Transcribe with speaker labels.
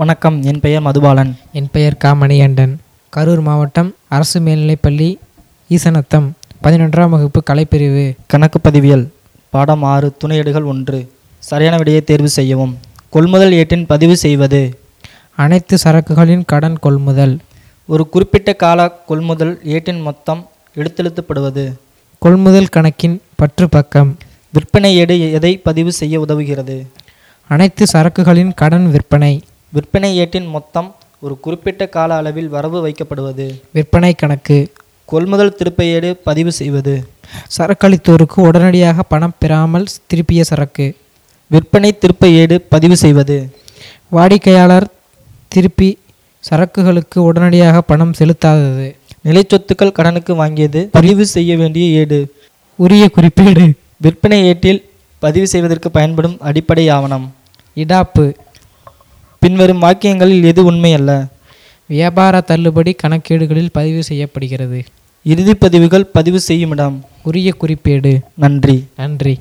Speaker 1: வணக்கம் என் பெயர் மதுபாலன்
Speaker 2: என் பெயர் கா மணிகண்டன் கரூர் மாவட்டம் அரசு மேல்நிலைப்பள்ளி ஈசனத்தம் பதினொன்றாம் வகுப்பு கலைப்பிரிவு
Speaker 1: கணக்கு பதிவியல் பாடம் ஆறு துணையேடுகள் ஒன்று சரியான விடையை தேர்வு செய்யவும் கொள்முதல் ஏட்டின் பதிவு செய்வது
Speaker 2: அனைத்து சரக்குகளின் கடன் கொள்முதல்
Speaker 1: ஒரு குறிப்பிட்ட கால கொள்முதல் ஏட்டின் மொத்தம் எடுத்தெழுத்தப்படுவது
Speaker 2: கொள்முதல் கணக்கின் பற்று பக்கம்
Speaker 1: விற்பனை ஏடு எதை பதிவு செய்ய உதவுகிறது
Speaker 2: அனைத்து சரக்குகளின் கடன் விற்பனை
Speaker 1: விற்பனை ஏட்டின் மொத்தம் ஒரு குறிப்பிட்ட கால அளவில் வரவு வைக்கப்படுவது
Speaker 2: விற்பனை கணக்கு
Speaker 1: கொள்முதல் திருப்ப ஏடு பதிவு செய்வது
Speaker 2: சரக்களித்தோருக்கு உடனடியாக பணம் பெறாமல் திருப்பிய சரக்கு
Speaker 1: விற்பனை திருப்ப ஏடு பதிவு செய்வது
Speaker 2: வாடிக்கையாளர் திருப்பி சரக்குகளுக்கு உடனடியாக பணம் செலுத்தாதது
Speaker 1: நிலைச்சொத்துக்கள் கடனுக்கு வாங்கியது பதிவு செய்ய வேண்டிய ஏடு
Speaker 2: உரிய குறிப்பீடு
Speaker 1: விற்பனை ஏட்டில் பதிவு செய்வதற்கு பயன்படும் அடிப்படை ஆவணம்
Speaker 2: இடாப்பு
Speaker 1: பின்வரும் வாக்கியங்களில் எது உண்மையல்ல
Speaker 2: வியாபார தள்ளுபடி கணக்கீடுகளில் பதிவு செய்யப்படுகிறது
Speaker 1: இறுதிப் பதிவுகள் பதிவு செய்யும் இடம்
Speaker 2: உரிய குறிப்பேடு
Speaker 1: நன்றி
Speaker 2: நன்றி